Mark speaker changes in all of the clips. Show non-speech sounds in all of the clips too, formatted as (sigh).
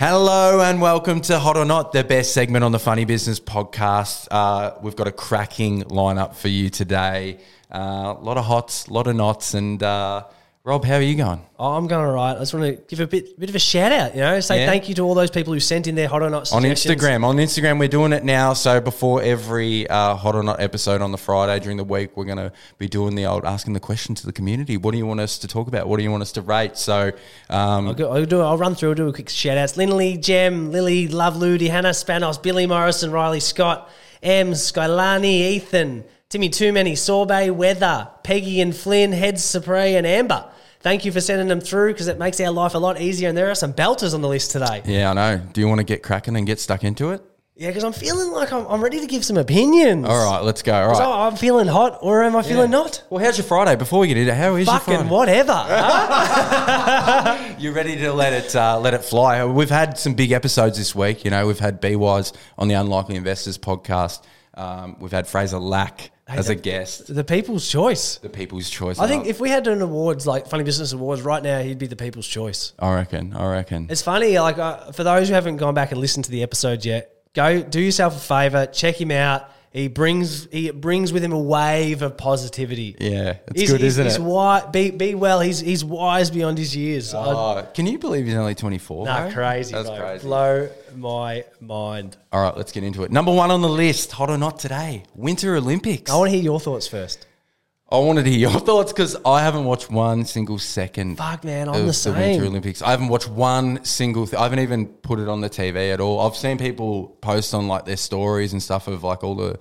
Speaker 1: Hello and welcome to Hot or Not, the best segment on the Funny Business podcast. Uh, we've got a cracking lineup for you today. Uh, A lot of hots, a lot of knots, and uh, Rob, how are you going?
Speaker 2: Oh, I'm going all right. I just want to give a bit bit of a shout out, you know, say
Speaker 1: Yeah.
Speaker 2: thank you to all those people who sent in their hot or not
Speaker 1: On
Speaker 2: suggestions.
Speaker 1: Instagram, on Instagram, we're doing it now. So before every uh, Hot or Not episode on the Friday during the week, we're going to be doing the old asking the question to the community. What do you want us to talk about? What do you want us to rate? So um,
Speaker 2: I'll, go, I'll, do, I'll run through, I'll do a quick shout outs. Linley, Jem, Lily, Love Ludi, Hannah Spanos, Billy Morrison, Riley Scott, M, Skylani, Ethan, Timmy Too Many, Sorbet, Weather, Peggy and Flynn, Head Spray, and Amber. Thank you for sending them through because it makes our life a lot easier. And there are some belters on the list today.
Speaker 1: yeah, I know. Do you want to get cracking and get stuck into it?
Speaker 2: Yeah, because I'm feeling like I'm, I'm ready to give some opinions.
Speaker 1: All right, let's go. All right.
Speaker 2: So I'm feeling hot or am I feeling not?
Speaker 1: Well, how's your Friday? Before we get into it, how is your
Speaker 2: Fucking
Speaker 1: Friday?
Speaker 2: whatever.
Speaker 1: (laughs) You're ready to let it uh, let it fly. We've had some big episodes this week. You know, we've had B Wise on the Unlikely Investors podcast. Um, we've had Fraser Lack as a guest.
Speaker 2: The people's choice.
Speaker 1: The People's Choice.
Speaker 2: I think
Speaker 1: Award.
Speaker 2: if we had an awards like Funny Business Awards right now, he'd be the people's choice.
Speaker 1: I reckon. I reckon.
Speaker 2: It's funny, like uh, for those who haven't gone back and listened to the episode yet, go do yourself a favor, check him out. He brings he brings with him a wave of positivity.
Speaker 1: Yeah, it's
Speaker 2: he's,
Speaker 1: good,
Speaker 2: he's,
Speaker 1: isn't
Speaker 2: he's
Speaker 1: it?
Speaker 2: Wise, be be well. He's he's wise beyond his years. I-
Speaker 1: Oh, can you believe he's only 24?
Speaker 2: nah,
Speaker 1: Harry?
Speaker 2: crazy.
Speaker 1: That's
Speaker 2: bro.
Speaker 1: crazy.
Speaker 2: Blow my mind.
Speaker 1: All right, let's get into it. Number one on the list, hot or not today, Winter Olympics.
Speaker 2: I want to hear your thoughts first.
Speaker 1: I wanted to hear your (laughs) thoughts because I haven't watched one single second.
Speaker 2: Fuck, man, I'm
Speaker 1: of
Speaker 2: the same.
Speaker 1: Winter Olympics. I haven't watched one single. Th- I haven't even put it on the TV at all. I've seen people post on like their stories and stuff of like all the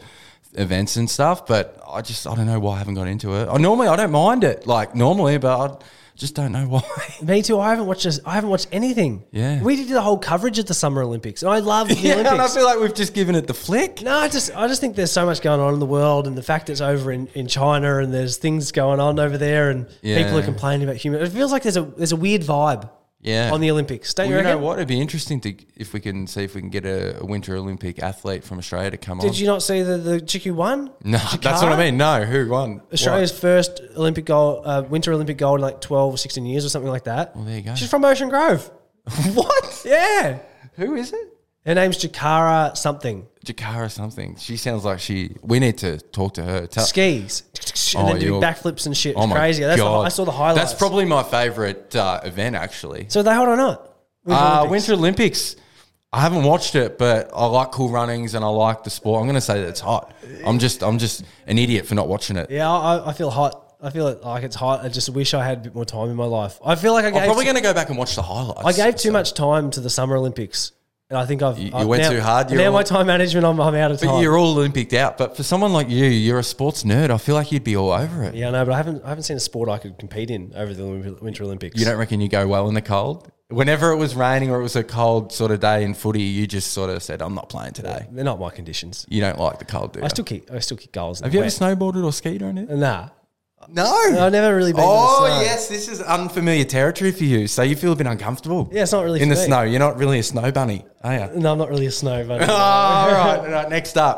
Speaker 1: events and stuff, but I just I don't know why I haven't got into it. I, normally I don't mind it, like normally, but I just don't know (laughs) why.
Speaker 2: Me too. I haven't watched this. I haven't watched anything.
Speaker 1: Yeah.
Speaker 2: we did the whole coverage at the Summer Olympics, and I love the
Speaker 1: (laughs) yeah,
Speaker 2: Olympics.
Speaker 1: and I feel like we've just given it the flick.
Speaker 2: No, I just I just think there's so much going on in the world, and the fact it's over in, in China, and there's things going on over there, and
Speaker 1: Yeah.
Speaker 2: people are complaining about human. It feels like there's a there's a weird vibe
Speaker 1: Yeah.
Speaker 2: on the Olympics. Don't
Speaker 1: Well,
Speaker 2: you
Speaker 1: you know
Speaker 2: reckon?
Speaker 1: what? It'd be interesting to if we can see if we can get a, a Winter Olympic athlete from Australia to come on.
Speaker 2: Did you not see the the chick who won?
Speaker 1: no, that's what I mean. No, who won?
Speaker 2: Australia's first Olympic gold, uh, Winter Olympic gold in like 12 or 16 years or something like that. Well,
Speaker 1: there you go.
Speaker 2: She's from Ocean Grove.
Speaker 1: what? (laughs) What?
Speaker 2: (laughs) Yeah.
Speaker 1: Who is it?
Speaker 2: Her name's Jakara something.
Speaker 1: Jakara something. She sounds like she. We need to talk to her. Tell,
Speaker 2: Skis. And
Speaker 1: Uh, Oh,
Speaker 2: then do
Speaker 1: you're-
Speaker 2: backflips and shit. It's
Speaker 1: Oh my
Speaker 2: crazy. That's
Speaker 1: God.
Speaker 2: I saw the highlights.
Speaker 1: That's probably my favorite uh, event actually.
Speaker 2: So are they hot or not? Winter
Speaker 1: Uh,
Speaker 2: Olympics.
Speaker 1: Winter Olympics. I haven't watched it, but I like cool runnings and I like the sport. I'm going to say that it's hot. I'm just, I'm just an idiot for not watching it.
Speaker 2: Yeah, I, I feel hot. I feel it like it's hot. I just wish I had a bit more time in my life. I feel like I
Speaker 1: I'm
Speaker 2: gave
Speaker 1: probably going to go back and watch the highlights.
Speaker 2: I gave too much time to the Summer Olympics, and I think I've
Speaker 1: you
Speaker 2: I've
Speaker 1: went
Speaker 2: now-
Speaker 1: too hard, you're
Speaker 2: Now my
Speaker 1: all-
Speaker 2: time management, I'm, I'm out of
Speaker 1: But
Speaker 2: time.
Speaker 1: you're all Olympic out. But for someone like you, you're a sports nerd. I feel like you'd be all over it.
Speaker 2: yeah, no, but I haven't I haven't seen a sport I could compete in over the Olympi- Winter Olympics.
Speaker 1: You don't reckon you go well in the cold? Whenever it was raining or it was a cold sort of day in footy, you just sort of said, "I'm not playing today."
Speaker 2: they're not my conditions.
Speaker 1: You don't like the cold, do you?
Speaker 2: I still keep I still kick goals. in
Speaker 1: Have
Speaker 2: the
Speaker 1: you ever
Speaker 2: wet.
Speaker 1: snowboarded or skied or anything?
Speaker 2: Nah,
Speaker 1: No.
Speaker 2: I've never really been.
Speaker 1: Oh
Speaker 2: in the snow.
Speaker 1: yes, this is unfamiliar territory for you, so you feel a bit uncomfortable.
Speaker 2: Yeah, it's not really
Speaker 1: in
Speaker 2: for
Speaker 1: the
Speaker 2: me.
Speaker 1: snow. You're not really a snow bunny, are you?
Speaker 2: No, I'm not really a snow (laughs) bunny.
Speaker 1: (laughs) all right, all right. Next up,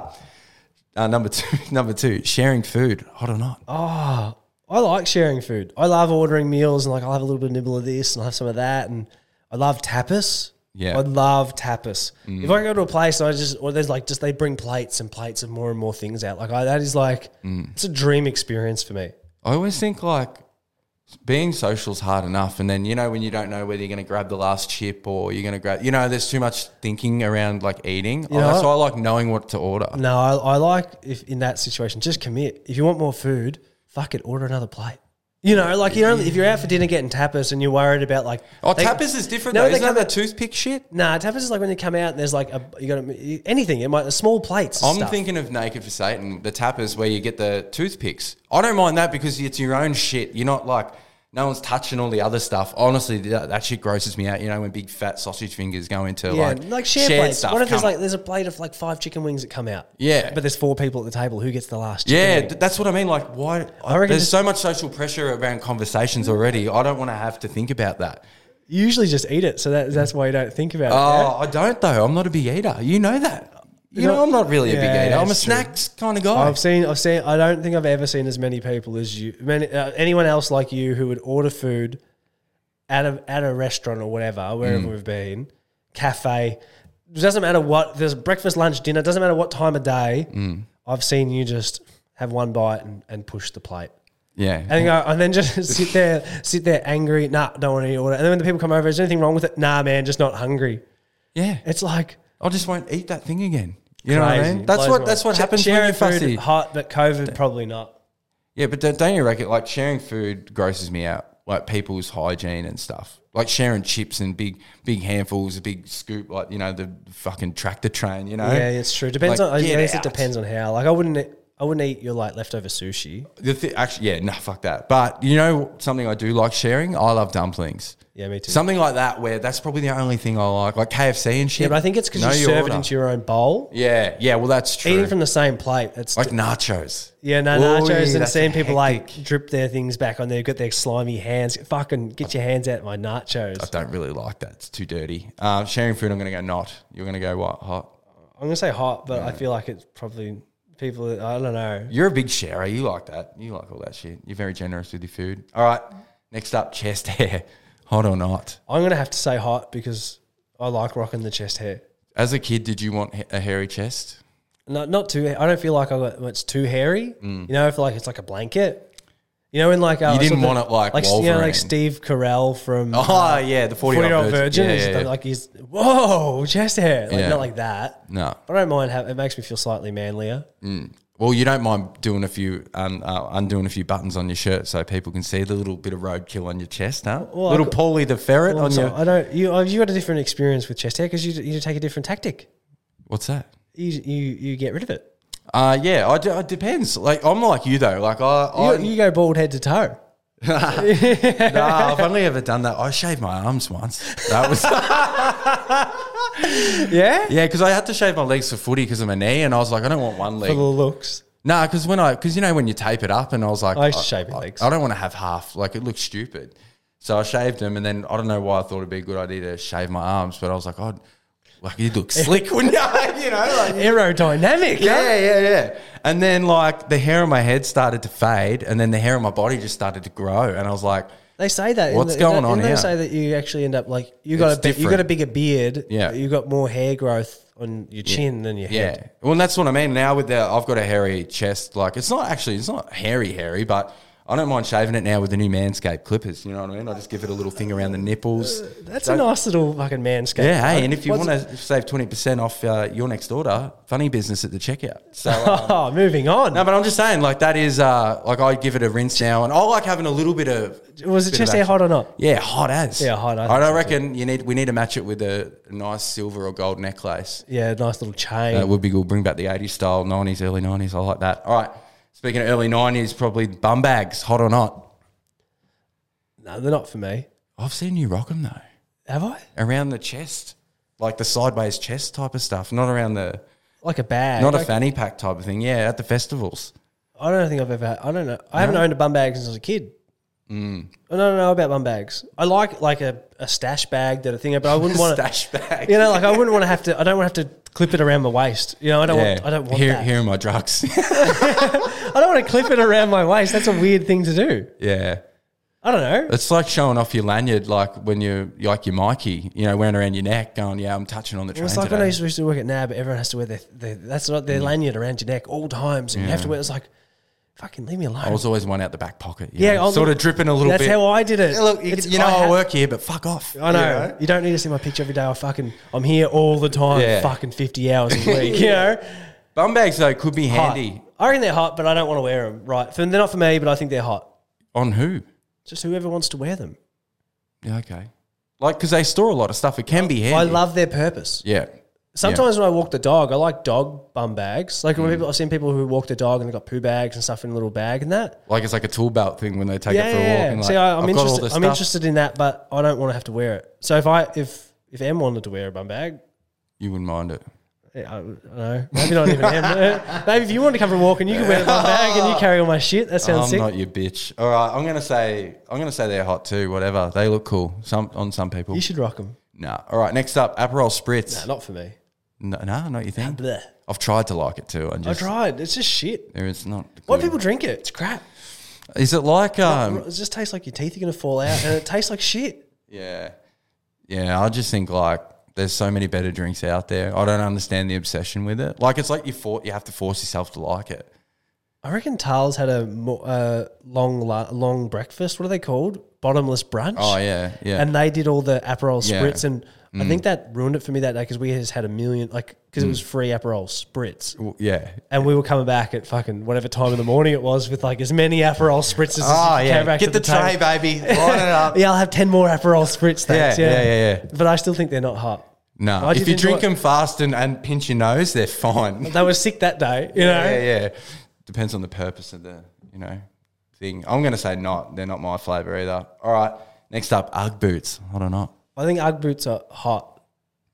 Speaker 1: uh, number two. (laughs) Number two, sharing food, hot or not?
Speaker 2: Oh. I like sharing food. I love ordering meals and like I'll have a little bit of nibble of this and I'll have some of that and I love tapas.
Speaker 1: Yeah. Mm.
Speaker 2: I love tapas. If I go to a place and I just or there's like just they bring plates and plates of more and more things out. Like I, that is like
Speaker 1: Mm.
Speaker 2: it's a dream experience for me.
Speaker 1: I always think like being social's hard enough, and then you know when you don't know whether you're going to grab the last chip or you're going to grab, you know, there's too much thinking around like eating. Oh,
Speaker 2: know
Speaker 1: that's
Speaker 2: what?
Speaker 1: why I like knowing what to order.
Speaker 2: No, I, I like if in that situation just commit. If you want more food, fuck it, order another plate. You know, like you know, if you're out for dinner getting tapas and you're worried about like
Speaker 1: Oh,
Speaker 2: they-
Speaker 1: tapas is different
Speaker 2: No,
Speaker 1: though.
Speaker 2: they
Speaker 1: Isn't that
Speaker 2: come
Speaker 1: that toothpick shit?
Speaker 2: Nah, tapas is like when you come out and there's like a you got anything. It might small plates. of
Speaker 1: I'm
Speaker 2: stuff.
Speaker 1: thinking of Naked for Satan, the tappers where you get the toothpicks. I don't mind that because it's your own shit. You're not like, no one's touching all the other stuff. Honestly, that, that shit grosses me out. You know, when big fat sausage fingers go into
Speaker 2: Yeah,
Speaker 1: like,
Speaker 2: like, share
Speaker 1: shared
Speaker 2: plates.
Speaker 1: stuff.
Speaker 2: what if there's
Speaker 1: Come on.
Speaker 2: like there's a plate of like five chicken wings that come out?
Speaker 1: Yeah.
Speaker 2: but there's four people at the table. Who gets the last? Chicken
Speaker 1: yeah,
Speaker 2: wing?
Speaker 1: th- that's what I mean. Like, why?
Speaker 2: I reckon
Speaker 1: there's
Speaker 2: just-
Speaker 1: so much social pressure around conversations already. I don't want to have to think about that.
Speaker 2: you usually just eat it, so that, that's why you don't think about it.
Speaker 1: Oh, I don't though. I'm not a big eater. You know that. You know,
Speaker 2: know-
Speaker 1: I'm not really a
Speaker 2: Yeah,
Speaker 1: big eater. I'm a
Speaker 2: it's true.
Speaker 1: snacks kind of guy.
Speaker 2: I've seen, I've seen. I don't think I've ever seen as many people as you, many, uh, anyone else like
Speaker 1: Mm.
Speaker 2: you, who would order food at a at a restaurant or whatever, wherever we've been, cafe. It doesn't matter what. There's breakfast, lunch, dinner. Doesn't matter what time of day.
Speaker 1: Mm.
Speaker 2: I've seen you just have one bite and, and push the plate.
Speaker 1: Yeah.
Speaker 2: And, go, and then just (laughs) sit there, sit there angry. Nah, don't want to eat order. And then when the people come over, is there anything wrong with it? Nah, man, just not hungry.
Speaker 1: yeah.
Speaker 2: It's like
Speaker 1: I just won't eat that thing again. You know what I
Speaker 2: crazy.
Speaker 1: mean? That's
Speaker 2: Blows
Speaker 1: what
Speaker 2: my-
Speaker 1: that's what
Speaker 2: Sh-
Speaker 1: happens when
Speaker 2: sharing
Speaker 1: you're fussy.
Speaker 2: Food, hot, but COVID probably not.
Speaker 1: Yeah, but don't, don't you reckon like sharing food grosses me out? Like people's hygiene and stuff. Like sharing chips and big big handfuls, a big scoop, like you know the fucking tractor train. You know,
Speaker 2: Yeah, it's true. Depends
Speaker 1: Eh? Like,
Speaker 2: on. I
Speaker 1: get
Speaker 2: guess it
Speaker 1: out.
Speaker 2: depends on how. Like I wouldn't. eat- I wouldn't eat your like leftover sushi.
Speaker 1: The thi- actually, yeah, nah, fuck that. But you know something I do like sharing? I love dumplings.
Speaker 2: Yeah, me too.
Speaker 1: Something like that where that's probably the only thing I like, like KFC and shit.
Speaker 2: yeah, but I think it's because
Speaker 1: Know
Speaker 2: you
Speaker 1: your
Speaker 2: serve
Speaker 1: order.
Speaker 2: it into your own bowl.
Speaker 1: Yeah, yeah. Well, that's true.
Speaker 2: Eating from the same plate. It's
Speaker 1: like nachos.
Speaker 2: yeah, no
Speaker 1: Ooh,
Speaker 2: nachos and
Speaker 1: that's
Speaker 2: seeing people
Speaker 1: hectic.
Speaker 2: like drip their things back on there. You've got their slimy hands. Fucking get your hands out of my nachos.
Speaker 1: I don't really like that. It's too dirty. Uh, sharing food, I'm going to go not. You're going to go what? Hot.
Speaker 2: I'm gonna say hot, but I feel like it's probably people. that- I don't know.
Speaker 1: You're a big sharer. You like that. You like all that shit. You're very generous with your food. All right. Next up, chest (laughs) hair. Hot or not?
Speaker 2: I'm gonna have to say hot because I like rocking the chest hair.
Speaker 1: As a kid, did you want ha- a hairy chest?
Speaker 2: Not not too. I don't feel like I got it's too hairy. You know, if like it's like a blanket. You know, in like uh,
Speaker 1: Mm. You didn't
Speaker 2: something-
Speaker 1: want it like
Speaker 2: you know,
Speaker 1: Wolverine.
Speaker 2: like Steve Carell from
Speaker 1: (laughs) Oh, yeah. The 40
Speaker 2: Forty Year
Speaker 1: year
Speaker 2: Old Virgin.
Speaker 1: Yeah,
Speaker 2: is
Speaker 1: yeah, yeah.
Speaker 2: Like he's whoa chest hair, like
Speaker 1: Yeah.
Speaker 2: not like that.
Speaker 1: no.
Speaker 2: I don't mind. Have, it makes me feel slightly manlier.
Speaker 1: Well, you don't mind doing a few, un, uh, undoing a few buttons on your shirt so people can see the little bit of roadkill on your chest, huh?
Speaker 2: I
Speaker 1: little Paulie the ferret on
Speaker 2: So
Speaker 1: your.
Speaker 2: I don't. You oh, you had a different experience with chest hair because you you take a different tactic.
Speaker 1: What's that?
Speaker 2: You you you get rid of it.
Speaker 1: Uh, yeah, I do, it depends. Like I'm like you though. Like I,
Speaker 2: You,
Speaker 1: I
Speaker 2: you go bald head to toe.
Speaker 1: nah, I've only ever done that. I shaved my arms once. That
Speaker 2: (laughs)
Speaker 1: was
Speaker 2: Yeah.
Speaker 1: yeah, because I had to shave my legs for footy because of my knee, and I was like, I don't want one
Speaker 2: For
Speaker 1: leg.
Speaker 2: the looks.
Speaker 1: Nah, because when I because you know when you tape it up, and I was like,
Speaker 2: I used to shave my legs.
Speaker 1: I don't want to have half. Like it looks stupid. So I shaved them, and then I don't know why I thought it'd be a good idea to shave my arms, but I was like, oh, like you
Speaker 2: (laughs)
Speaker 1: look slick when you, (laughs) you know, like
Speaker 2: Aerodynamic. eh? huh?
Speaker 1: Yeah, yeah, yeah. And then like the hair on my head started to fade, and then the hair on my body just started to grow, and I was like,
Speaker 2: They say that. in
Speaker 1: What's
Speaker 2: the-
Speaker 1: going
Speaker 2: don't-
Speaker 1: on
Speaker 2: didn't
Speaker 1: here?
Speaker 2: They say that you actually end up like you got
Speaker 1: It's
Speaker 2: a bi- you got a
Speaker 1: different.
Speaker 2: bigger beard.
Speaker 1: Yeah.
Speaker 2: but You got more hair growth on your chin than your
Speaker 1: yeah.
Speaker 2: head.
Speaker 1: Well, and that's what I mean. Now with the, I've got a hairy chest. Like it's not actually, it's not hairy, hairy, but I don't mind shaving it now with the new Manscaped clippers. You know what I mean? I just give it a little thing around the nipples.
Speaker 2: That's a nice little fucking manscape.
Speaker 1: Yeah, hey, and if you
Speaker 2: Uh, What's-
Speaker 1: want to save twenty percent off uh, your next order, funny business at the checkout. So. (laughs) uh,
Speaker 2: (laughs) Oh, moving on.
Speaker 1: No, but I'm just saying, like that is, uh, like I give it a rinse now, and I like having a little bit of.
Speaker 2: Was it
Speaker 1: bit of
Speaker 2: chest hair
Speaker 1: action.
Speaker 2: hot or not?
Speaker 1: Yeah, hot as.
Speaker 2: Yeah, hot, I
Speaker 1: I,
Speaker 2: think
Speaker 1: don't reckon you need. We need to match it with a nice silver or gold necklace.
Speaker 2: Yeah, nice little chain.
Speaker 1: That would be good. Bring back the '80s style, '90s, early '90s. I like that. All right. Speaking of early '90s, probably bum bags, hot or not.
Speaker 2: no, they're not for me.
Speaker 1: I've seen you rock them though,
Speaker 2: Have I?
Speaker 1: around the chest, like the sideways chest type of stuff, not around the,
Speaker 2: Like a bag.
Speaker 1: not a
Speaker 2: Like-
Speaker 1: fanny pack type of thing. Yeah, at the festivals.
Speaker 2: I don't think I've ever. Had, I don't know. I haven't owned a bum bag since I was a kid.
Speaker 1: Mm.
Speaker 2: I don't know about bum bags. I like like a, a stash bag that a thing, but
Speaker 1: (laughs)
Speaker 2: I (laughs) wouldn't want to.
Speaker 1: Stash bag.
Speaker 2: You know, like I wouldn't want to have to. I don't want to have to clip it around my waist. You know, I don't want. I don't want
Speaker 1: here,
Speaker 2: that.
Speaker 1: here are my drugs. (laughs)
Speaker 2: I don't want to clip it around my waist. That's a weird thing to do.
Speaker 1: yeah.
Speaker 2: I don't know.
Speaker 1: It's like showing off your lanyard, like when you're like your Mikey, you know, wearing around your neck, going, "Yeah, I'm touching on the train
Speaker 2: It's like when I
Speaker 1: today."
Speaker 2: used to- used to work at NAB. Everyone has to wear their, their that's not
Speaker 1: Mm.
Speaker 2: their lanyard around your neck all times, and you have to wear. It's like, fucking leave me alone.
Speaker 1: I was always one out the back pocket, you
Speaker 2: Yeah,
Speaker 1: yeah,
Speaker 2: I'll-
Speaker 1: sort of dripping a little
Speaker 2: that's
Speaker 1: bit.
Speaker 2: how I did it.
Speaker 1: Yeah, look, you,
Speaker 2: It's-
Speaker 1: you know, I,
Speaker 2: ha-
Speaker 1: work here, but fuck off.
Speaker 2: I know.
Speaker 1: You know?
Speaker 2: You don't need to see my picture every day. I fucking I'm here all the time,
Speaker 1: Yeah.
Speaker 2: fucking fifty
Speaker 1: (laughs)
Speaker 2: hours a week. You know,
Speaker 1: Bum bags though could be
Speaker 2: Hot.
Speaker 1: handy
Speaker 2: I reckon they're hot, but I don't want to wear them. Right? For, they're not for me, but I think they're hot.
Speaker 1: on who?
Speaker 2: Just whoever wants to wear them.
Speaker 1: Yeah, okay. Like because they store a lot of stuff. It can be handy.
Speaker 2: I love their purpose.
Speaker 1: Yeah,
Speaker 2: Sometimes when I walk the dog, I like dog bum bags. Like
Speaker 1: Mm.
Speaker 2: when people, I've seen people who walk their dog and they got poo bags and stuff in a little bag and that.
Speaker 1: like it's like a tool belt thing when they take
Speaker 2: Yeah,
Speaker 1: it for a walk.
Speaker 2: yeah.
Speaker 1: And like,
Speaker 2: See, I, I'm
Speaker 1: I've got all
Speaker 2: interested.
Speaker 1: this
Speaker 2: I'm
Speaker 1: stuff.
Speaker 2: interested in that, but I don't want to have to wear it. So if I if if M wanted to wear a bum bag,
Speaker 1: You wouldn't mind it.
Speaker 2: Yeah, I I don't know. Maybe not even him.
Speaker 1: (laughs)
Speaker 2: Maybe if you want to come for a walk and you can wear my bag and you carry all my shit, that sounds
Speaker 1: I'm
Speaker 2: sick.
Speaker 1: not your bitch. All right, I'm gonna say I'm gonna say they're hot too. Whatever, they look cool. Some on some people.
Speaker 2: you should
Speaker 1: (laughs)
Speaker 2: rock them.
Speaker 1: Nah. All right, next up, Aperol Spritz.
Speaker 2: not for me.
Speaker 1: No, no not your thing.
Speaker 2: Blech.
Speaker 1: I've tried to like it too. And
Speaker 2: I
Speaker 1: just,
Speaker 2: tried. It's just shit.
Speaker 1: there is not.
Speaker 2: Why do
Speaker 1: good.
Speaker 2: people drink it? It's crap.
Speaker 1: Is it like um?
Speaker 2: it just tastes like your teeth are going to fall out and it tastes like shit.
Speaker 1: Yeah, yeah. I just think like There's so many better drinks out there. I don't understand the obsession with it. Like it's like you for, you have to force yourself to like it.
Speaker 2: I reckon Tarles had a mo- uh, long, la- long breakfast. What are they called? Bottomless brunch.
Speaker 1: Oh yeah, yeah.
Speaker 2: And they did all the Aperol
Speaker 1: Yeah. Mm.
Speaker 2: spritz, and I think that ruined it for me that day because we just had a million, like, because it was free Aperol spritz.
Speaker 1: W- yeah.
Speaker 2: And we were coming back at fucking whatever time of the morning it was with like as many Aperol spritzes as
Speaker 1: Oh
Speaker 2: you
Speaker 1: yeah.
Speaker 2: came back
Speaker 1: Get
Speaker 2: to
Speaker 1: the,
Speaker 2: the
Speaker 1: tray,
Speaker 2: table. (laughs)
Speaker 1: baby. Line it up.
Speaker 2: Yeah, I'll have 10 more Aperol spritz, thanks.
Speaker 1: Yeah, yeah, yeah, yeah.
Speaker 2: But I still think they're not hot.
Speaker 1: No,
Speaker 2: I
Speaker 1: if
Speaker 2: did
Speaker 1: you
Speaker 2: enjoy
Speaker 1: drink
Speaker 2: it.
Speaker 1: them fast and, and pinch your nose, they're fine.
Speaker 2: (laughs) They were sick that day, you know?
Speaker 1: Yeah, yeah. Depends on the purpose of the, you know, thing. I'm going to say not. They're not my flavour either. All right. Next up, Ugg boots. I don't know.
Speaker 2: I think Ugg boots are hot.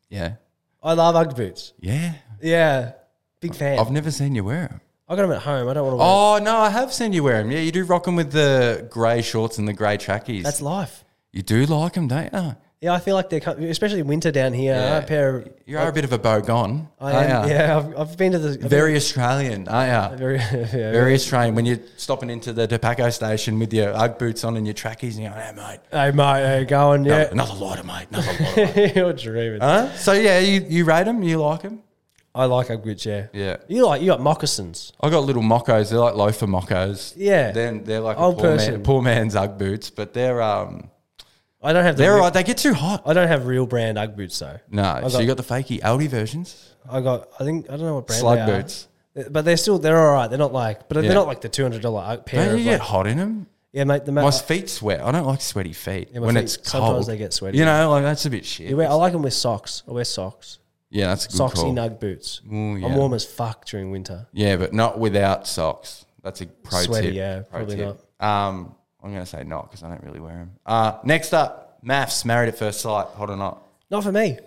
Speaker 1: Yeah.
Speaker 2: I love Ugg boots.
Speaker 1: Yeah.
Speaker 2: Yeah. Big fan.
Speaker 1: I've never seen you wear them.
Speaker 2: I got them at home. I don't want to wear them.
Speaker 1: Oh, no, I have seen you wear them. Yeah, you do rock them with the grey shorts and the grey trackies.
Speaker 2: That's life.
Speaker 1: you do like them, don't you?
Speaker 2: Yeah, I feel like they're, co- especially winter down here. I have a pair of,
Speaker 1: You are a bit of a bogon.
Speaker 2: I am-
Speaker 1: aren't ya?
Speaker 2: yeah, I've, I've been to the, I've
Speaker 1: Very Australian, aren't you?
Speaker 2: been- very, (laughs) yeah,
Speaker 1: Very Australian. When you're stopping into the Depaco station with your Ugg boots on and your trackies, and you're like, hey, mate,
Speaker 2: Hey, mate, hey, going, yeah.
Speaker 1: another lighter, mate, another lighter.
Speaker 2: (laughs) You're dreaming.
Speaker 1: Huh? So yeah, you, you rate them, you like them.
Speaker 2: I like Ugg boots, yeah.
Speaker 1: Yeah.
Speaker 2: You like, you got moccasins.
Speaker 1: I got little moccos. They're like loafer moccos.
Speaker 2: Yeah.
Speaker 1: They're, they're like a
Speaker 2: Old
Speaker 1: poor, man,
Speaker 2: person.
Speaker 1: poor man's Ugg boots, but they're um
Speaker 2: I don't have the
Speaker 1: they're
Speaker 2: real,
Speaker 1: alright. They get too hot.
Speaker 2: I don't have real brand Ugg boots though.
Speaker 1: No, so
Speaker 2: got-
Speaker 1: you got the fakey Aldi versions,
Speaker 2: I got, I think, I don't know what brand
Speaker 1: slug
Speaker 2: they are.
Speaker 1: boots.
Speaker 2: But they're still they're all right. They're not like, but
Speaker 1: Yeah.
Speaker 2: they're not like the two hundred dollar pair.
Speaker 1: Don't
Speaker 2: of
Speaker 1: you
Speaker 2: like-
Speaker 1: get hot in them?
Speaker 2: yeah, mate. The
Speaker 1: My
Speaker 2: ma-
Speaker 1: feet sweat. I don't like sweaty feet
Speaker 2: my
Speaker 1: when
Speaker 2: feet-
Speaker 1: it's cold.
Speaker 2: sometimes they get sweaty.
Speaker 1: You know, like that's a bit shit.
Speaker 2: I, wear, I like them with socks. I wear socks,
Speaker 1: yeah, that's a good
Speaker 2: socks
Speaker 1: call.
Speaker 2: in UGG boots.
Speaker 1: Mm, yeah.
Speaker 2: I'm warm as fuck during winter.
Speaker 1: Yeah, but not without socks. That's a pro
Speaker 2: Sweaty,
Speaker 1: tip.
Speaker 2: yeah,
Speaker 1: pro
Speaker 2: probably
Speaker 1: tip. Um, I'm gonna say not because I don't really wear them. Uh, next up, maths, married at first sight, hot or not?
Speaker 2: Not for me.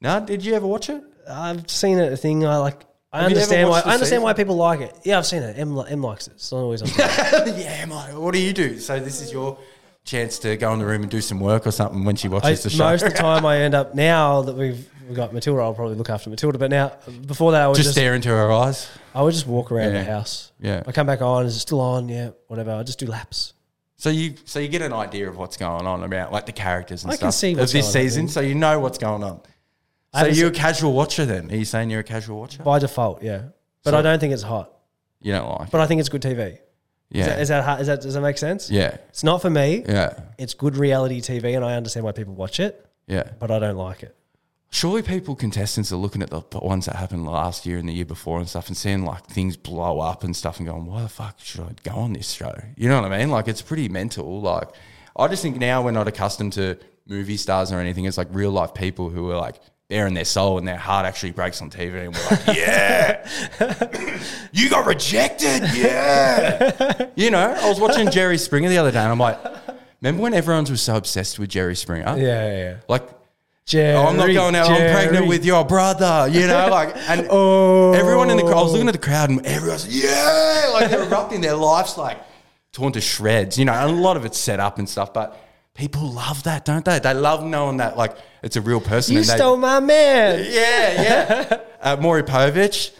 Speaker 1: No, did you ever watch it?
Speaker 2: I've seen it a thing. I like. I
Speaker 1: Have you ever
Speaker 2: understand why.
Speaker 1: watched the
Speaker 2: I understand
Speaker 1: season?
Speaker 2: why people like it. Yeah, I've seen it. M, li- M likes it. It's
Speaker 1: (laughs)
Speaker 2: not always on.
Speaker 1: (laughs) yeah, mate. What do you do? So this is your chance to go in the room and do some work or something when she
Speaker 2: I,
Speaker 1: watches the show.
Speaker 2: most of the time, I end up now that we've, we've got Matilda. I'll probably look after Matilda. But now, before that, I would
Speaker 1: just,
Speaker 2: just,
Speaker 1: stare into her eyes.
Speaker 2: I would just walk around
Speaker 1: Yeah.
Speaker 2: the house.
Speaker 1: Yeah.
Speaker 2: I come back on. Is it still on? Yeah, whatever. I just do laps.
Speaker 1: So you so you get an idea of what's going on about like the characters and
Speaker 2: I
Speaker 1: stuff
Speaker 2: can see what's
Speaker 1: of this
Speaker 2: going on.
Speaker 1: season. So you know what's going on.
Speaker 2: I
Speaker 1: So
Speaker 2: haven't
Speaker 1: you're a casual watcher then? Are you saying you're a casual watcher?
Speaker 2: By default, yeah. But I don't think it's hot.
Speaker 1: You don't like? it.
Speaker 2: But I think it's good TV.
Speaker 1: Yeah.
Speaker 2: Is that, is that, hot- is that does that make sense?
Speaker 1: yeah.
Speaker 2: It's not for me.
Speaker 1: Yeah.
Speaker 2: It's good reality TV, and I understand why people watch it,
Speaker 1: Yeah.
Speaker 2: but I don't like it.
Speaker 1: Surely people, contestants, are looking at the ones that happened last year and the year before and stuff and seeing like things blow up and stuff and going, why the fuck should I go on this show? You know what I mean? Like, it's pretty mental. Like, I just think now we're not accustomed to movie stars or anything. It's like real life people who are like, there in their soul and their heart actually breaks on TV and we're like, yeah, you got rejected. Yeah. you know, I was watching Jerry Springer the other day and I'm like, remember when everyone was so obsessed with Jerry Springer?
Speaker 2: Yeah, yeah. yeah.
Speaker 1: Like,
Speaker 2: Jerry,
Speaker 1: Oh, I'm not going out. I'm pregnant with your brother. You
Speaker 2: (laughs)
Speaker 1: know, like, and
Speaker 2: Oh,
Speaker 1: everyone in the crowd. I was looking at the crowd, and everyone's yeah, like they're erupting. Their lives like torn to shreds. You know, and a lot of it's set up and stuff, but people love that, don't they? They love knowing that like it's a real person.
Speaker 2: you
Speaker 1: and they,
Speaker 2: stole my man.
Speaker 1: (laughs) yeah,
Speaker 2: (laughs)
Speaker 1: yeah. Uh, Maury Povich,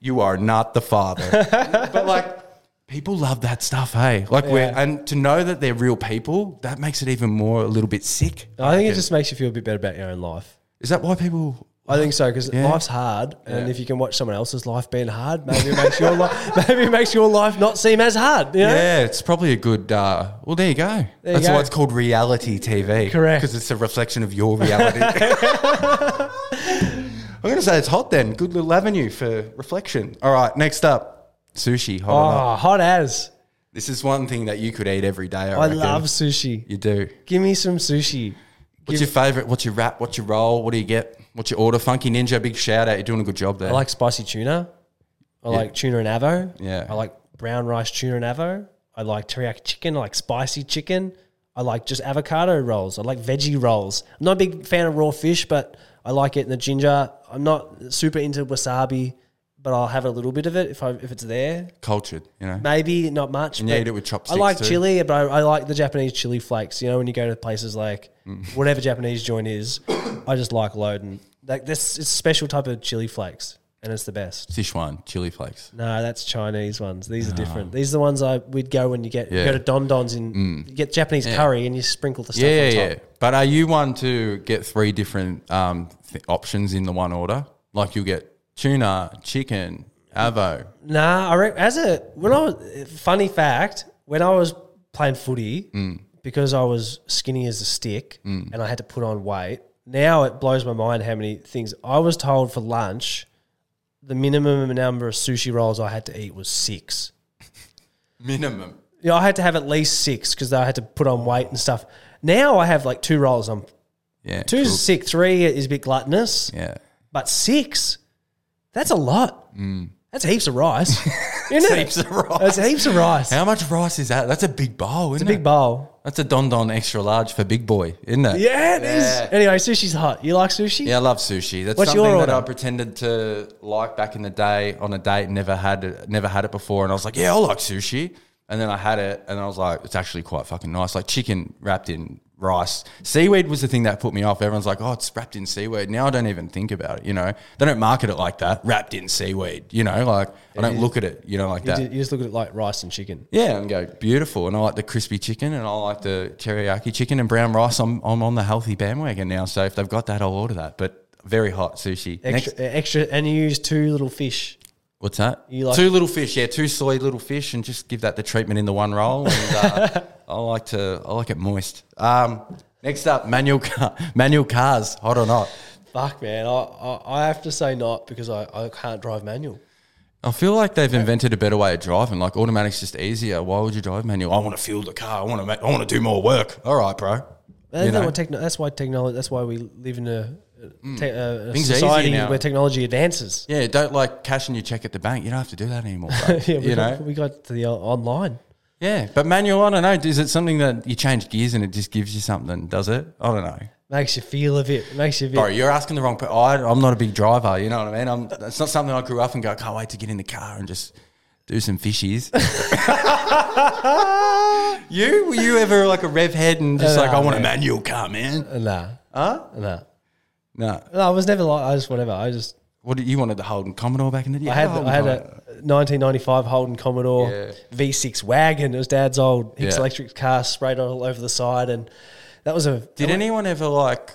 Speaker 1: you are not the father.
Speaker 2: (laughs)
Speaker 1: but like, people love that stuff, hey. Like, we're
Speaker 2: Yeah.
Speaker 1: and to know that they're real people, that makes it even more a little bit sick.
Speaker 2: I think it just makes you feel a bit better about your own life.
Speaker 1: Is that why people?
Speaker 2: I think so because
Speaker 1: Yeah.
Speaker 2: life's hard, and
Speaker 1: Yeah.
Speaker 2: if you can watch someone else's life being hard, maybe it makes your life (laughs) maybe it makes your life not seem as hard. You know?
Speaker 1: Yeah, it's probably a good. Uh, well, there you go.
Speaker 2: you
Speaker 1: That's
Speaker 2: go.
Speaker 1: why it's called reality TV.
Speaker 2: Correct.
Speaker 1: Because it's a reflection of your
Speaker 2: (laughs)
Speaker 1: reality. I'm going to say it's hot then. Good little avenue for reflection. All right, next up sushi. Hot or not?
Speaker 2: Oh, hot as
Speaker 1: This is one thing that you could eat every day. I,
Speaker 2: I
Speaker 1: reckon.
Speaker 2: love sushi.
Speaker 1: You do.
Speaker 2: Give me some sushi.
Speaker 1: What's your favorite? What's your wrap? What's your roll? What do you get? What's your order? Funky Ninja, big shout out. You're doing a good job there.
Speaker 2: I like spicy tuna. I like tuna and avo.
Speaker 1: Yeah.
Speaker 2: I like brown rice tuna and avo. I like teriyaki chicken. I like spicy chicken. I like just avocado rolls. I like veggie rolls. I'm not a big fan of raw fish, but I like it in the ginger. I'm not super into wasabi, but I'll have a little bit of it if I if it's there.
Speaker 1: cultured, you know.
Speaker 2: Maybe not much.
Speaker 1: you
Speaker 2: but
Speaker 1: eat it with
Speaker 2: I
Speaker 1: chopsticks
Speaker 2: like
Speaker 1: too.
Speaker 2: chili, but I, I like the Japanese chili flakes. You know, when you go to places like
Speaker 1: Mm.
Speaker 2: (coughs) whatever Japanese joint is, I just like loading. Like this, it's a special type of chili flakes. and it's the best.
Speaker 1: Sichuan chili flakes.
Speaker 2: No, that's Chinese ones. These are different. These are the ones I we'd go when you get you
Speaker 1: Ah. Yeah. Mm.
Speaker 2: go to Don Don's and you get Japanese curry and you sprinkle the stuff
Speaker 1: Yeah,
Speaker 2: on
Speaker 1: yeah,
Speaker 2: top.
Speaker 1: yeah. But are you one to get three different um, th- options in the one order? Like you'll get tuna, chicken, avo.
Speaker 2: Nah, I re- as a when I was funny fact when I was playing footy
Speaker 1: Mm.
Speaker 2: because I was skinny as a stick and I had to put on weight. Now it blows my mind how many things I was told for lunch. The minimum number of sushi rolls I had to eat was six.
Speaker 1: Minimum.
Speaker 2: You know, I had to have at least six because I had to put on weight and stuff. Now I have like two rolls. I'm
Speaker 1: Yeah.
Speaker 2: two's
Speaker 1: cool.
Speaker 2: sick. Three is a bit gluttonous,
Speaker 1: Yeah.
Speaker 2: but six, that's a lot. That's heaps of rice.
Speaker 1: (laughs)
Speaker 2: isn't it?
Speaker 1: Mm. Heaps of rice.
Speaker 2: That's heaps of rice.
Speaker 1: How much rice is that? That's a big bowl, isn't
Speaker 2: It's a big
Speaker 1: it?
Speaker 2: bowl.
Speaker 1: That's a don don extra large for big boy, isn't it?
Speaker 2: Yeah, it is.
Speaker 1: Yeah.
Speaker 2: Anyway, sushi's hot. You like sushi?
Speaker 1: Yeah, I love sushi. That's
Speaker 2: What's your
Speaker 1: something that
Speaker 2: order?
Speaker 1: I pretended to like back in the day on a date. Never had it, never had it before, and I was like, "Yeah, I like sushi." And then I had it, and I was like, "It's actually quite fucking nice." Like chicken wrapped in rice. Seaweed was the thing that put me off. Everyone's like, "Oh, it's wrapped in seaweed." Now I don't even think about it. You know, they don't market it like that. Wrapped in seaweed. You know, like I don't look at it. You know, like
Speaker 2: You,
Speaker 1: that.
Speaker 2: ju- you just look at it like rice and chicken.
Speaker 1: Yeah, and go beautiful. And I like the crispy chicken, and I like the teriyaki chicken and brown rice. I'm I'm on the healthy bandwagon now. So if they've got that, I'll order that. But very hot sushi.
Speaker 2: Extra,
Speaker 1: Next,
Speaker 2: uh, extra, and you use two little fish.
Speaker 1: what's that?
Speaker 2: You like-
Speaker 1: two little fish, yeah, two soy little fish, and just give that the treatment in the one roll. And
Speaker 2: (laughs)
Speaker 1: uh, I like to I like it moist. Um, next up, manual car, manual cars, hot or not?
Speaker 2: Fuck, man. I, I, I have to say not because I, I can't drive manual.
Speaker 1: I feel like they've invented a better way of driving. Like automatic's just easier. Why would you drive manual? I want to fuel the car. I want to make. I want to do more work. All right, bro.
Speaker 2: That's,
Speaker 1: You know? Mm.
Speaker 2: what techno- that's why technology. That's why we live in a, a te- a- a
Speaker 1: Things are easier
Speaker 2: society
Speaker 1: now.
Speaker 2: where technology advances. (laughs)
Speaker 1: Yeah, don't like cashing your check at the bank. You don't have to do that anymore. bro.
Speaker 2: yeah, we,
Speaker 1: you
Speaker 2: got,
Speaker 1: know.
Speaker 2: we got to the o- online.
Speaker 1: Yeah, but manual. I don't know. Is it something that you change gears and it just gives you something? Does it? I don't know.
Speaker 2: Makes you feel a bit. Makes you a bit.
Speaker 1: Sorry, you're asking the wrong. pe- I, I'm not a big driver. You know what I mean? I'm. It's not something I grew up and go. Can't wait to get in the car and just do some fishies. (laughs) you were you ever like a rev head and
Speaker 2: Uh,
Speaker 1: just like I want a manual car, man?
Speaker 2: Nah. Huh? Nah.
Speaker 1: No.
Speaker 2: No, I was never like. I just whatever. I just.
Speaker 1: What did you wanted the Holden Commodore back in the day?
Speaker 2: I had
Speaker 1: Holden
Speaker 2: I had a
Speaker 1: Commodore.
Speaker 2: 1995 Holden Commodore
Speaker 1: Yeah.
Speaker 2: V6 wagon. It was Dad's old Hicks
Speaker 1: Yeah.
Speaker 2: electric car sprayed all over the side, and that was a
Speaker 1: Did anyone ever like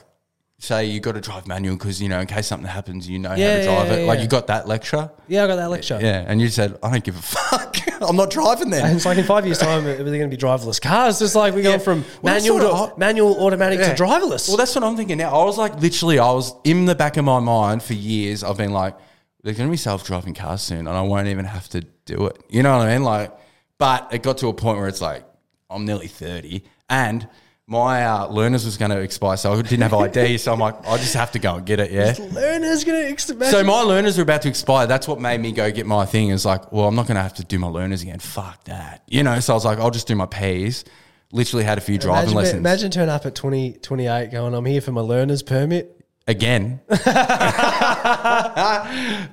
Speaker 1: say you got to drive manual because you know in case something happens you know how
Speaker 2: Yeah,
Speaker 1: to drive
Speaker 2: yeah,
Speaker 1: it?
Speaker 2: yeah,
Speaker 1: Like
Speaker 2: yeah.
Speaker 1: you got that lecture,
Speaker 2: yeah. I got that lecture.
Speaker 1: yeah, and you said I don't give a fuck. (laughs) I'm not driving
Speaker 2: And
Speaker 1: then.
Speaker 2: (laughs) it's like in five years' time, it was going to be driverless cars. Just like we're going from
Speaker 1: Well, that's
Speaker 2: manual
Speaker 1: sort
Speaker 2: to
Speaker 1: of hot.
Speaker 2: manual automatic
Speaker 1: Yeah.
Speaker 2: to driverless.
Speaker 1: Well, that's what I'm thinking now. I was like literally, I was in the back of my mind for years. I've been like, there's going to be self driving cars soon, and I won't even have to do it. You know what I mean? Like, but it got to a point where it's like I'm nearly thirty, and my uh, learners was going to expire, so I didn't
Speaker 2: (laughs)
Speaker 1: have ID. so I'm like, I just have to go and get it. Yeah.
Speaker 2: Learner's going to
Speaker 1: So my learners are about to expire. That's what made me go get my thing. Is like, well, I'm not going to have to do my learners again. Fuck that, you know. So I was like, I'll just do my P's. Literally had a few driving
Speaker 2: imagine,
Speaker 1: lessons
Speaker 2: imagine turn up at 20, 28 going, I'm here for my learner's permit.
Speaker 1: again.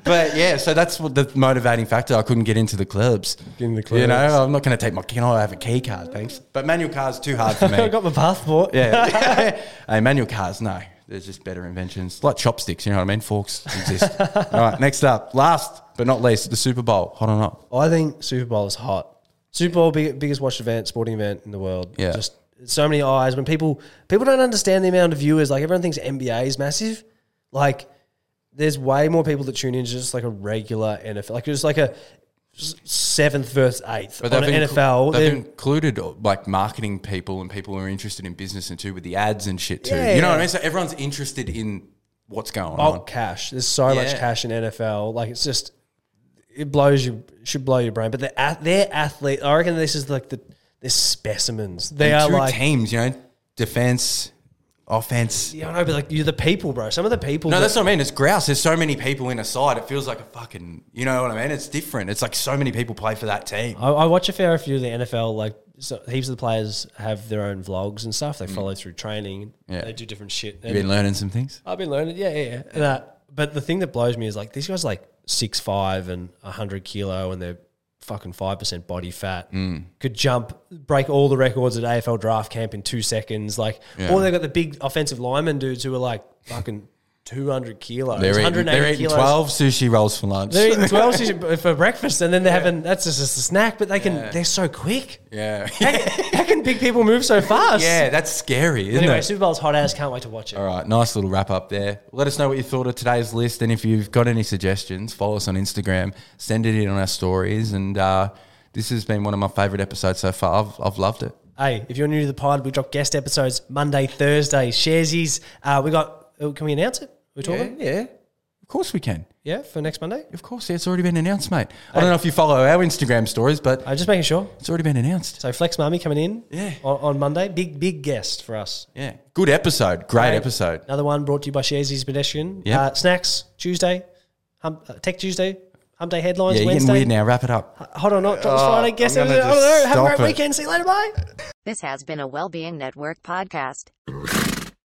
Speaker 1: but yeah, so that's what the motivating factor. I couldn't get into the clubs.
Speaker 2: Get in the
Speaker 1: You
Speaker 2: clubs.
Speaker 1: know, I'm not going to take my. Can I have a key card, thanks? But manual cars too hard for
Speaker 2: (laughs) I
Speaker 1: me.
Speaker 2: got my passport.
Speaker 1: yeah, hey, manual cars, no. There's just better inventions like chopsticks. You know what I mean? Forks
Speaker 2: (laughs)
Speaker 1: exist. All right, next up, last but not least, the Super Bowl. Hot or not?
Speaker 2: I think Super Bowl is hot. Super Bowl big, biggest watched event, sporting event in the world.
Speaker 1: Yeah.
Speaker 2: Just so many eyes. When people people don't understand the amount of viewers, like everyone thinks NBA is massive. Like there's way more people that tune in to just like a regular NFL, like just like a s- seventh versus eighth
Speaker 1: But
Speaker 2: on
Speaker 1: they've
Speaker 2: an
Speaker 1: inclu-
Speaker 2: NFL.
Speaker 1: they've
Speaker 2: They're-
Speaker 1: included uh, like marketing people and people who are interested in business and too with the ads and shit too.
Speaker 2: Yeah,
Speaker 1: you know what
Speaker 2: yeah. Oh,
Speaker 1: I mean? So everyone's interested in what's going on.
Speaker 2: bulk cash. There's so much
Speaker 1: Yeah.
Speaker 2: cash in NFL. Like it's just it blows you should blow your brain. But they're ath- they're athlete. I reckon this is like the they're specimens. They
Speaker 1: And
Speaker 2: are
Speaker 1: two
Speaker 2: like
Speaker 1: teams, you know, defense, offense.
Speaker 2: yeah, I know, but like you're the people, bro. Some of the people.
Speaker 1: No,
Speaker 2: that-
Speaker 1: that's what I mean. It's grouse. There's so many people in a side. It feels like a fucking, you know what I mean? It's different. It's like so many people play for that team.
Speaker 2: I, I watch a fair few of the NFL. Like so heaps of the players have their own vlogs and stuff. They follow through training.
Speaker 1: Mm. Yeah.
Speaker 2: They do different shit.
Speaker 1: You've been learning some things.
Speaker 2: I've been learning. Yeah, yeah. yeah. And, uh, but the thing that blows me is like these guys are like six five and hundred kilo, and they're fucking five percent body fat.
Speaker 1: Mm.
Speaker 2: Could jump, break all the records at AFL draft camp in two seconds. Like, or they got the big offensive lineman dudes who are like fucking 200 kilos.
Speaker 1: They're eating,
Speaker 2: 180
Speaker 1: they're eating
Speaker 2: kilos.
Speaker 1: 12 sushi rolls for lunch. (laughs)
Speaker 2: They're eating 12 sushi for breakfast, and then they're having that's just a snack. But they can they're so quick.
Speaker 1: yeah. (laughs)
Speaker 2: How, how can big people move so fast?
Speaker 1: yeah, that's scary, isn't
Speaker 2: Anyway,
Speaker 1: it?
Speaker 2: Super Bowl's hot ass. Can't wait to watch it.
Speaker 1: All right, nice little wrap up there. Let us know what you thought of today's list, and if you've got any suggestions, follow us on Instagram, send it in on our stories, and uh, this has been one of my favourite episodes so far. I've, I've loved it.
Speaker 2: Hey, if you're new to the pod, we drop guest episodes Monday, Thursday, sharesies. Uh, we got. oh, Can we announce it? We're talking.
Speaker 1: yeah. Of course we can.
Speaker 2: Yeah. for next Monday.
Speaker 1: Of course, yeah, it's already been announced, mate. I don't know if you follow our Instagram stories, but
Speaker 2: I'm Uh, just making sure.
Speaker 1: it's already been announced.
Speaker 2: So Flex Mummy coming in.
Speaker 1: Yeah.
Speaker 2: On, on Monday, big big guest for us.
Speaker 1: Yeah, good episode, great
Speaker 2: Hey,
Speaker 1: episode.
Speaker 2: Another one brought to you by Sharesies Pedestrian.
Speaker 1: Yep.
Speaker 2: Uh, snacks Tuesday, hump, uh, Tech Tuesday, Hump Day headlines
Speaker 1: Yeah, you're getting
Speaker 2: Wednesday.
Speaker 1: weird now. Wrap it up.
Speaker 2: Hot or not? Drops
Speaker 1: Oh,
Speaker 2: Friday. Guest
Speaker 1: I'm gonna
Speaker 2: episode. I don't know.
Speaker 1: just
Speaker 2: Have a
Speaker 1: stop
Speaker 2: great
Speaker 1: it.
Speaker 2: weekend. See you later. Bye.
Speaker 3: This has been a Wellbeing Network podcast.